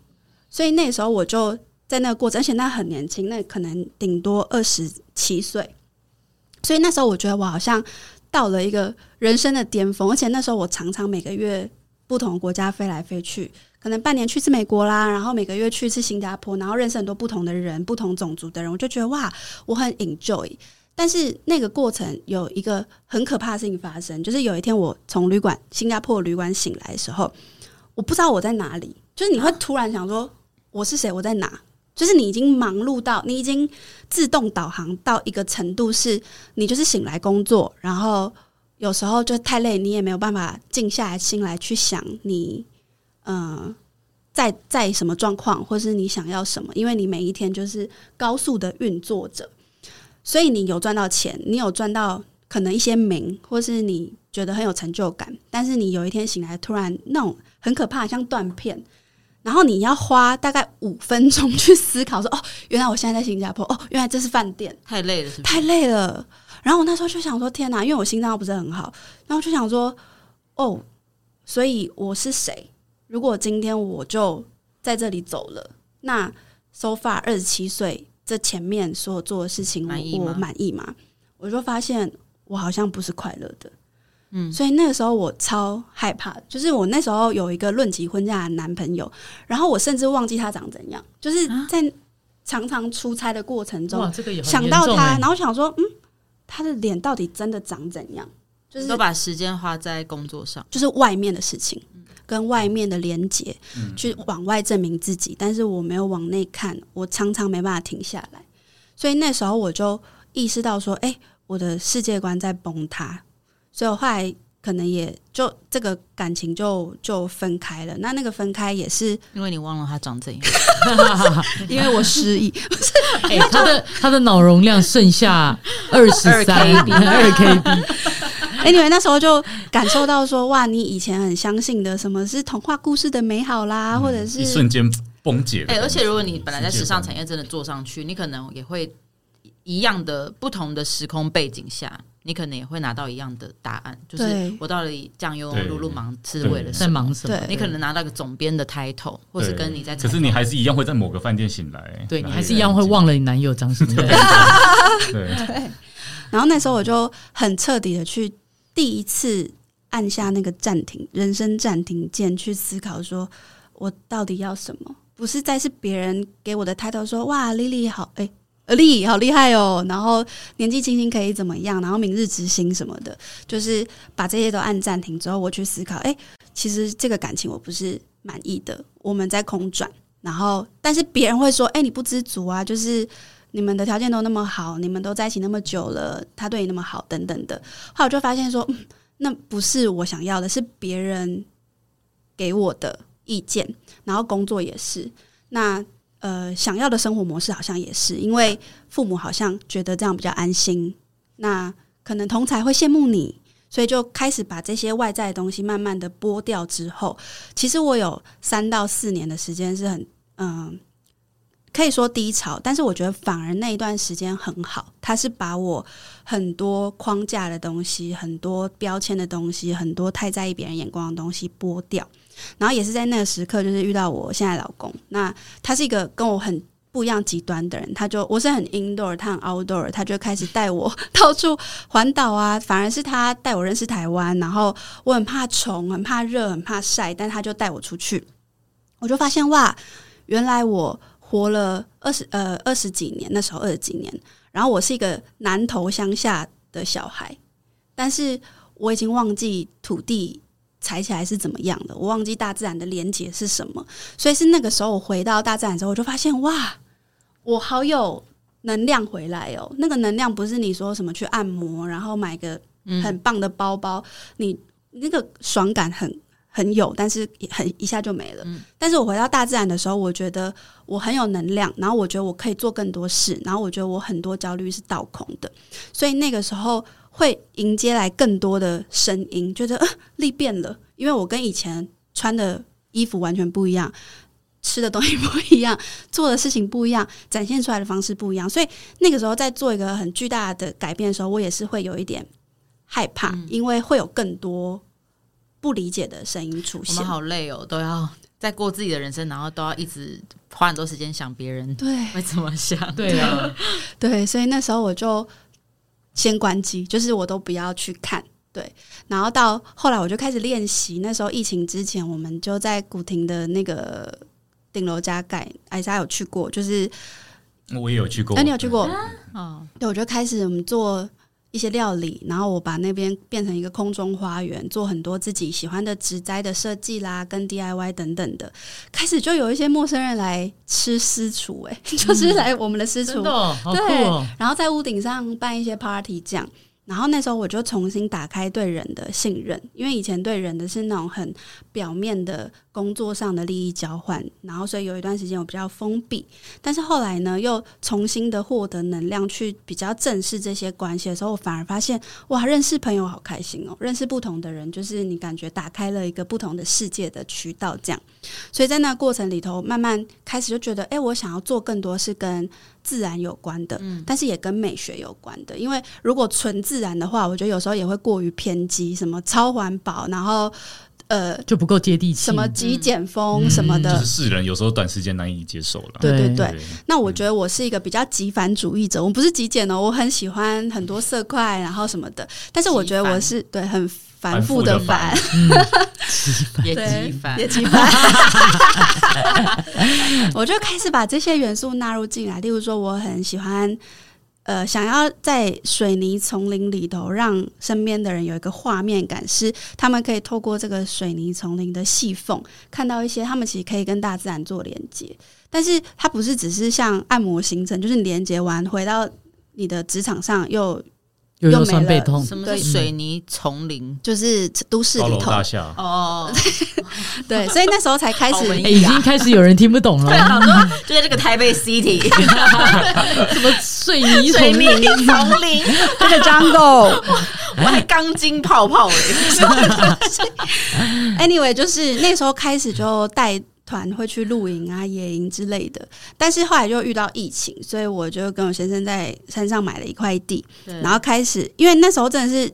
B: 所以那个时候我就在那个过程，而且那很年轻，那可能顶多二十七岁，所以那时候我觉得我好像到了一个人生的巅峰，而且那时候我常常每个月不同国家飞来飞去，可能半年去一次美国啦，然后每个月去一次新加坡，然后认识很多不同的人、不同种族的人，我就觉得哇，我很 enjoy。但是那个过程有一个很可怕的事情发生，就是有一天我从旅馆新加坡旅馆醒来的时候，我不知道我在哪里，就是你会突然想说我是谁，我在哪？就是你已经忙碌到你已经自动导航到一个程度，是你就是醒来工作，然后有时候就太累，你也没有办法静下来心来去想你，嗯、在在什么状况，或是你想要什么，因为你每一天就是高速的运作着，所以你有赚到钱，你有赚到可能一些名，或是你觉得很有成就感，但是你有一天醒来，突然那种很可怕，像断片。然后你要花大概五分钟去思考说，哦，原来我现在在新加坡，哦，原来这是饭店，
C: 太累了，是不是？
B: 太累了。然后我那时候就想说，天哪，因为我心脏不是很好，然后就想说，哦，所以我是谁？如果今天我就在这里走了，那 so far 二十七岁，这前面所有做的事情，
C: 满意
B: 我
C: 吗
B: 我满意吗？我就发现我好像不是快乐的。
C: 嗯
B: 所以那个时候我超害怕，就是我那时候有一个论及婚嫁的男朋友，然后我甚至忘记他长怎样，就是
D: 啊
B: 在常常出差的过程中，
D: 哇，这个也很
B: 想
D: 严
B: 到
D: 重
B: 他，
D: 欸
B: 然后想说，嗯，他的脸到底真的长怎样？就是
C: 都把时间花在工作上，
B: 就是外面的事情，跟外面的连接，去往外证明自己，但是我没有往内看，我常常没办法停下来，所以那时候我就意识到说，哎、我的世界观在崩塌，所以我后来可能也就这个感情就就分开了。那那个分开也是
C: 因为你忘了他长怎样。
B: 因为我失忆，
D: 哎、他的他的脑容量 剩下二十三二 KB，
B: anyway，那时候就感受到说，哇，你以前很相信的什么是童话故事的美好啦，或者
A: 嗯一
B: 是
A: 瞬间崩解的
C: 哎、
A: 感觉。
C: 而且如果你本来在时尚产
A: 业，
C: 业真的做上去，你可能也会一样的不同的时空背景下，你可能也会拿到一样的答案，就是
B: 对
C: 我到底酱油
A: 对
C: 露露忙是
A: 对
C: 为了
D: 在
C: 什么？
D: 忙什么？
B: 对
C: 你可能拿到个总编的 title，或是跟你在采
A: 可
C: 访，
A: 是你还是一样会在某个饭店醒来，
D: 对你
A: 然后
D: 还是一样会忘了你男友长什么样。
A: 对。
B: 然后那时候我就很彻底的去第一次按下那个暂停，人生暂停键，去思考说我到底要什么，不是再是别人给我的 title 说哇，Lily 好，哎、呃丽好厉害哦，然后年纪轻轻可以怎么样，然后明日之星什么的，就是把这些都按暂停之后，我去思考，哎、其实这个感情我不是满意的，我们在空转，然后但是别人会说，哎、你不知足啊，就是你们的条件都那么好，你们都在一起那么久了，他对你那么好，等等的。后来我就发现说，嗯，那不是我想要的，是别人给我的意见，然后工作也是。那呃，想要的生活模式好像也是，因为父母好像觉得这样比较安心，那可能同才会羡慕你，所以就开始把这些外在的东西慢慢的剥掉之后，其实我有三到四年的时间是很嗯。可以说低潮，但是我觉得反而那一段时间很好，它是把我很多框架的东西、很多标签的东西、很多太在意别人眼光的东西剥掉。然后也是在那个时刻，就是遇到我现在老公，那他是一个跟我很不一样极端的人，他就我是很 indoor，他很 outdoor，他就开始带我到处环岛啊，反而是他带我认识台湾，然后我很怕虫，很怕热，很怕晒，但他就带我出去，我就发现哇，原来我活了二十呃二十几年，那时候二十几年，然后我是一个南投乡下的小孩，但是我已经忘记土地踩起来是怎么样的，我忘记大自然的连接是什么，所以是那个时候我回到大自然之后，我就发现哇，我好有能量回来哦，那个能量不是你说什么去按摩，然后买个
C: 嗯
B: 很棒的包包，你那个爽感很。很有，但是也很一下就没了。但是我回到大自然的时候，我觉得我很有能量，然后我觉得我可以做更多事，然后我觉得我很多焦虑是倒空的，所以那个时候会迎接来更多的声音，觉得呃力变了，因为我跟以前穿的衣服完全不一样，吃的东西不一样，做的事情不一样，展现出来的方式不一样，所以那个时候在做一个很巨大的改变的时候，我也是会有一点害怕，因为会有更多不理解的声音出
C: 我
B: 现
C: 们。好累哦，都要 在过自己的人生，然后都要一直花很多时间想别人
B: 对，
C: 会怎么想。
D: 对啊，
B: 对，所以那时候我就先关机，就是我都不要去看。对，然后到后来我就开始练习。那时候疫情之前，我们就在古亭的那个顶楼加盖，艾莎有去过，就是
A: 我也有去过，
B: 哎、你有去过？
C: 哦，
B: 对，我就开始我们做一些料理，然后我把那边变成一个空中花园，做很多自己喜欢的植栽的设计啦，跟 DIY 等等的。开始就有一些陌生人来吃私厨、哎， 就是来我们的私厨
D: 嗯真的、哦、好酷
B: 对
D: 哦！
B: 然后在屋顶上办一些 party 这样。然后那时候我就重新打开对人的信任，因为以前对人的是那种很表面的工作上的利益交换，然后所以有一段时间我比较封闭，但是后来呢，又重新的获得能量去比较正视这些关系的时候，我反而发现哇，认识朋友好开心哦，认识不同的人，就是你感觉打开了一个不同的世界的渠道，这样。所以在那过程里头，慢慢开始就觉得，哎、我想要做更多是跟自然有关的，但是也跟美学有关的。因为如果纯自然的话，我觉得有时候也会过于偏激，什么超环保，然后呃，
D: 就不够接地气。
B: 什么极简风什么的。
A: 就是世人有时候短时间难以接受了。
B: 啊对对
D: 对
B: 对，那我觉得我是一个比较极繁主义者，我不是极简哦，我很喜欢很多色块，然后什么的。但是我觉得我是对很繁复的
A: 繁
B: 繁，
C: 也
B: 对
C: 极繁，
B: 也极繁。 我就开始把这些元素纳入进来，例如说，我很喜欢。呃，想要在水泥丛林里头，让身边的人有一个画面感，是他们可以透过这个水泥丛林的细缝，看到一些他们其实可以跟大自然做连接。但是它不是只是像按摩行程，就是你连接完回到你的职场上，又又
D: 又有
B: 没
D: 酸背
B: 了
D: 痛，
C: 什么是水泥丛林？
B: 就是都市
A: 高
B: 里
A: 楼
B: 头
A: 大，厦，
C: 哦，
B: 对，所以那时候才开
C: 好
B: 始
C: 文艺
D: 哎、已经开始有人听不懂
C: 对，
D: 了。
C: 想说就在这个台北 City
D: 什么水泥
C: 水
D: 丛
C: 泥
D: 林？
C: 丛林，
B: 这个 jungle。
C: 我还钢筋泡 泡嘞。
B: Anyway，就是那时候开始就带团会去露营啊、野营之类的，但是后来就遇到疫情，所以我就跟我先生在山上买了一块地，
C: 对
B: 然后开始，因为那时候真的是。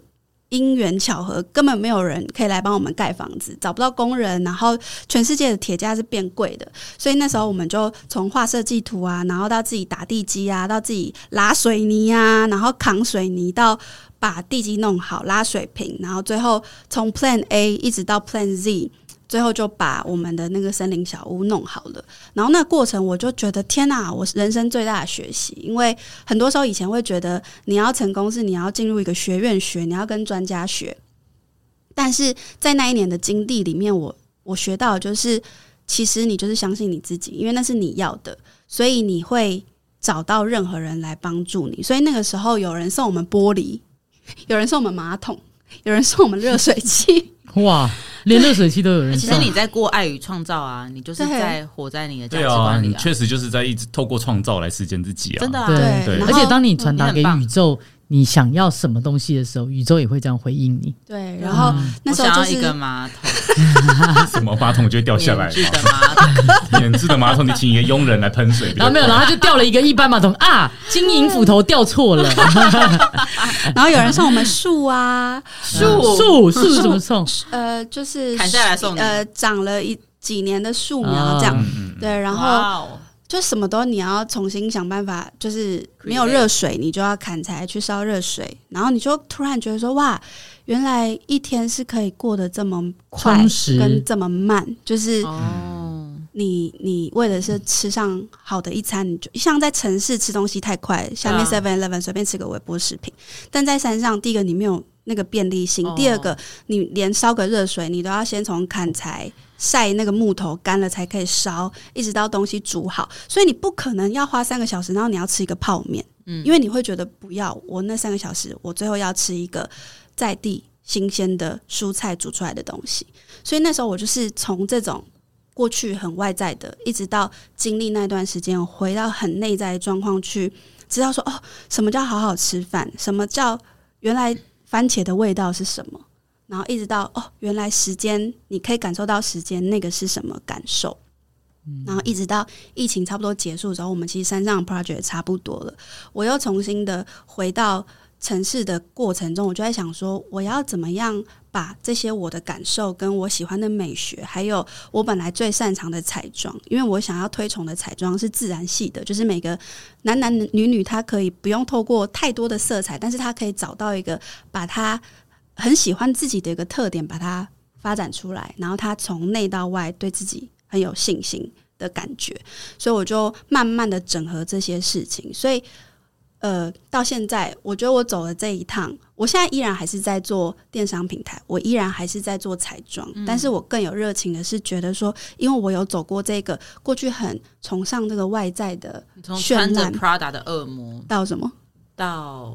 B: 因缘巧合，根本没有人可以来帮我们盖房子，找不到工人，然后全世界的铁价是变贵的，所以那时候我们就从画设计图啊，然后到自己打地基啊，到自己拉水泥啊，然后扛水泥到把地基弄好，拉水平，然后最后从 Plan A 一直到 Plan Z，最后就把我们的那个森林小屋弄好了。然后那过程我就觉得天哪、我人生最大的学习，因为很多时候以前会觉得你要成功是你要进入一个学院学，你要跟专家学，但是在那一年的经历里面，我我学到的就是，其实你就是相信你自己，因为那是你要的，所以你会找到任何人来帮助你。所以那个时候有人送我们玻璃，有人送我们马桶，有人送我们热水 器。
D: 哇，连热水器都有人
C: 其实
D: 上。
C: 你在过爱与创造啊，你就是
B: 对
C: 在活在你的价
A: 对
C: 值
A: 啊，
C: 观里
A: 你
C: 啊，
A: 确实就是在一直透过创造来实现自己啊，
C: 真的啊，
D: 对
A: 对
B: 然
D: 而
B: 后
D: 且当你传达给
C: 你很棒
D: 宇宙你想要什么东西的时候，宇宙也会这样回应你。
B: 对，然后
D: 嗯
B: 那
C: 我
B: 时候
C: 想
B: 就
C: 要一
B: 是
C: 个马桶，
A: 什么马桶就会掉下来
C: 免，治的马桶，
A: 免治的马桶你请一个佣人来喷水，
D: 然后没有，然后他就掉了一个一般马桶啊，金银斧头掉错了，
B: 然后有人送我们树啊，
C: 树
D: 树树怎么送？
B: 呃，就是
C: 砍下来送你
B: 呃，长了一几年的树
D: 啊
B: 苗这样。
A: 嗯嗯嗯
B: 对，然后
C: 哇哦
B: 就什么都你要重新想办法，就是没有
C: Create
B: 热水，你就要砍柴去烧热水，然后你就突然觉得说，哇，原来一天是可以过得这么快
D: 充实
B: 跟这么慢，就是
C: 哦，
B: 你你为的是吃上好的一餐，你就像在城市吃东西太快，下面
C: 啊
B: Seven Eleven 随便吃个微波食品，但在山上，第一个你没有那个便利性，
C: 哦
B: 第二个你连烧个热水，你都要先从砍柴晒那个木头干了才可以烧，一直到东西煮好，所以你不可能要花三个小时，然后你要吃一个泡面，
C: 嗯
B: 因为你会觉得不要，我那三个小时，我最后要吃一个在地新鲜的蔬菜煮出来的东西。所以那时候我就是从这种过去很外在的，一直到经历那段时间，我回到很内在的状况去，知道说哦，什么叫好好吃饭，什么叫原来番茄的味道是什么，然后一直到哦，原来时间你可以感受到时间那个是什么感受。然后一直到疫情差不多结束之后，我们其实山上的 project 也差不多了，我又重新的回到城市的过程中，我就在想说，我要怎么样把这些我的感受、跟我喜欢的美学，还有我本来最擅长的彩妆，因为我想要推崇的彩妆是自然系的，就是每个男男女女他可以不用透过太多的色彩，但是他可以找到一个把他很喜欢自己的一个特点，把它发展出来，然后他从内到外对自己很有信心的感觉，所以呃我就慢慢的整合这些事情，所以呃，到现在我觉得我走了这一趟，我现在依然还是在做电商平台，我依然还是在做彩妆，但是我更有热情的是觉得说，因为我有走过这个过去很崇尚这个外在的
C: 你从穿着
B: 绚烂
C: Prada 的恶魔
B: 到什么。
C: 到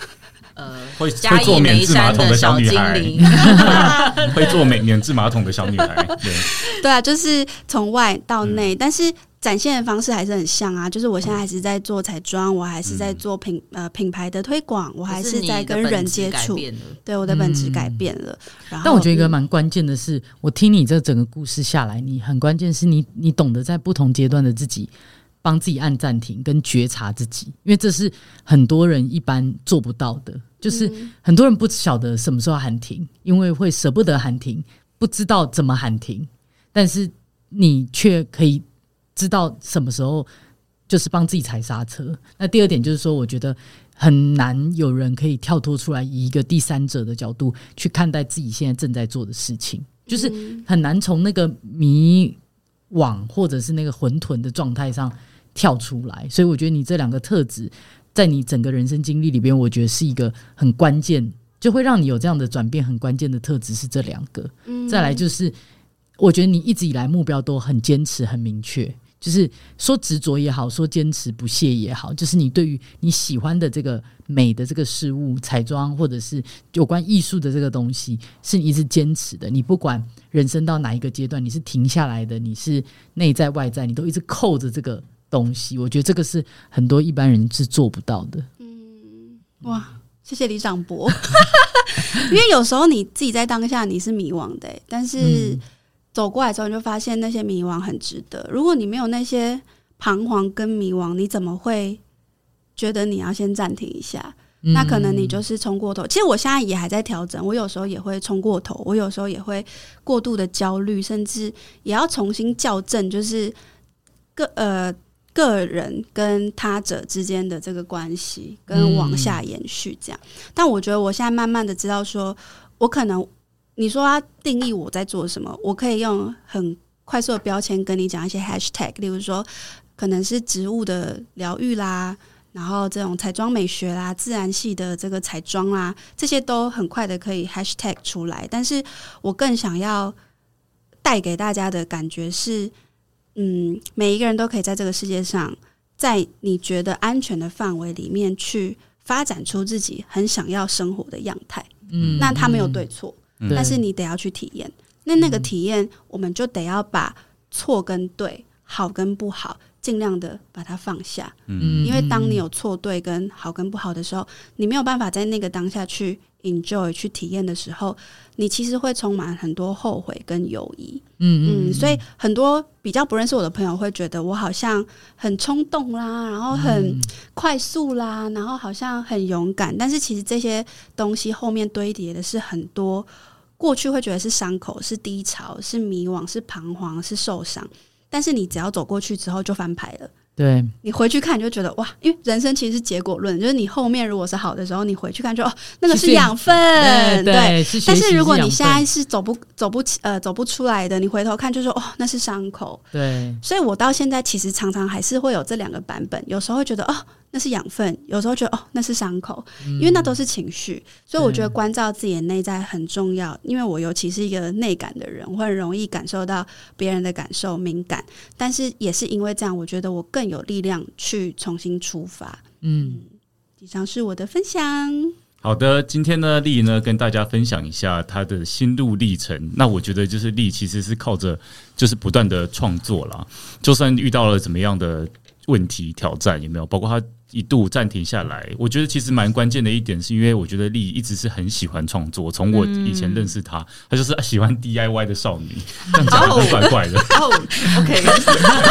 C: 呃
A: 会
C: 嘉
A: 会
C: 义
A: 做免
C: 梅
A: 治马
C: 山
A: 桶的
C: 小
A: 小女
C: 精
A: 孩，
C: 灵，
A: 会做免免治马桶的小女孩，对，
B: 对啊，就是从外到
D: 嗯
B: 内，但是展现的方式还是很像啊。就是我现在还是在做彩妆，我还是
D: 嗯
B: 在做品、呃品牌的推广，我还
C: 可
B: 是
C: 你
B: 在
C: 的
B: 跟
C: 本
B: 人
C: 质
B: 接
C: 改
B: 触。
C: 变了
B: 对，我的本质改变了。然后，
D: 嗯但我觉得一个
B: 嗯
D: 蛮关键的是，我听你这整个故事下来，你很关键是你你懂得在不同阶段的自己帮自己按暂停跟觉察自己，因为这是很多人一般做不到的，就是很多人不晓得什么时候喊停，因为会舍不得喊停，不知道怎么喊停，但是你却可以知道什么时候就是帮自己踩刹车。那第二点就是说，我觉得很难有人可以跳脱出来，以一个第三者的角度去看待自己现在正在做的事情，就是很难从那个迷惘或者是那个混沌的状态上跳出来。所以我觉得你这两个特质，在你整个人生经历里边，我觉得是一个很关键。就会让你有这样的转变，很关键的特质是这两个。
B: 嗯
D: 再来就是，我觉得你一直以来目标都很坚持、很明确，就是说执着也好，说坚持不懈也好，就是你对于你喜欢的这个美的这个事物，彩妆或者是有关艺术的这个东西，是你一直坚持的。你不管人生到哪一个阶段，你是停下来的，你是内在外在，你都一直扣着这个东西。我觉得这个是很多一般人是做不到的。
B: 哇，谢谢李长博。 因为有时候你自己在当下你是迷惘的欸、但是
D: 嗯
B: 走过来之后，你就发现那些迷惘很值得。如果你没有那些彷徨跟迷惘，你怎么会觉得你要先暂停一下？
D: 嗯
B: 那可能你就是冲过头。其实我现在也还在调整，我有时候也会冲过头，我有时候也会过度的焦虑，甚至也要重新校正，就是个呃个人跟他者之间的这个关系跟往下延续这样。但我觉得我现在慢慢的知道说，我可能你说要定义我在做什么，我可以用很快速的标签跟你讲一些 hashtag，例如说可能是植物的疗愈啦。然后这种彩妆美学啦、自然系的这个彩妆啦，这些都很快的可以 hashtag 出来。但是我更想要带给大家的感觉是，嗯，每一个人都可以在这个世界上，在你觉得安全的范围里面去发展出自己很想要生活的样态。
D: 嗯
B: 那它没有对，错，
A: 嗯
B: 但是你得要去体验。那那个体验，我们就得要把错跟对、好跟不好，尽量的把它放下。
A: 嗯，
B: 因为当你有错对跟好跟不好的时候，你没有办法在那个当下去 enjoy 去体验的时候，你其实会充满很多后悔跟犹疑。
D: 嗯
B: 嗯，所以很多比较不认识我的朋友会觉得我好像很冲动啦，然后
D: 嗯
B: 很快速啦，然后好像很勇敢，但是其实这些东西后面堆叠的是很多过去会觉得是伤口、是低潮、是迷惘、是彷徨、是受伤，但是你只要走过去之后就翻牌了。
D: 对，
B: 你回去看你就觉得哇，因为人生其实是结果论，就是你后面如果是好的时候，你回去看就哦，那个
D: 是
B: 是养分，
D: 对
B: 对。
D: 对，是学
B: 但
D: 习
B: 是如果你
D: 养
B: 现
D: 分
B: 在是走不走不起呃走不出来的，你回头看就说哦，那是伤口。
D: 对，
B: 所以我到现在其实常常还是会有这两个版本，有时候会觉得哦那是养分，有时候觉得哦那是伤口，
D: 嗯
B: 因为那都是情绪。所以我觉得关照自己的内在很重要，因为我尤其是一个内感的人，我很容易感受到别人的感受敏感，但是也是因为这样，我觉得我更有力量去重新出发。
D: 嗯。
B: 以上是我的分享。
A: 好的，今天呢，丽呢跟大家分享一下她的心路历程。那我觉得就是丽其实是靠着就是不断的创作啦，就算遇到了怎么样的问题挑战，有没有？包括她一度暂停下来，我觉得其实蛮关键的一点，是因为我觉得丽一直是很喜欢创作。从我以前认识她，她就是喜欢 DIY 的少女，这样讲好像怪怪的。
C: 哦，OK，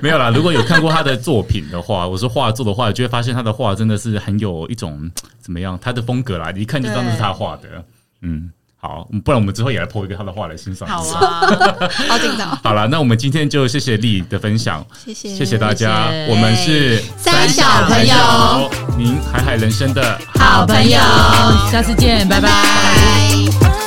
A: 没有啦，如果有看过他的作品的话，我说画作的话，就会发现他的画真的是很有一种怎么样，他的风格啦，你一看就知道那是他画的。嗯，好，不然我们之后也来破一个他的画来欣赏
C: 好
A: 一下。
C: 啊，
B: 好紧张，
A: 好啦，那我们今天就谢谢丽的分享，
B: 谢谢，
A: 谢谢大家，
C: 谢谢
A: 我们是
B: 三
C: 小朋
A: 友
C: 友，
A: 您海海人生的
D: 好朋友，下次见，拜拜
B: 拜。
E: Bye.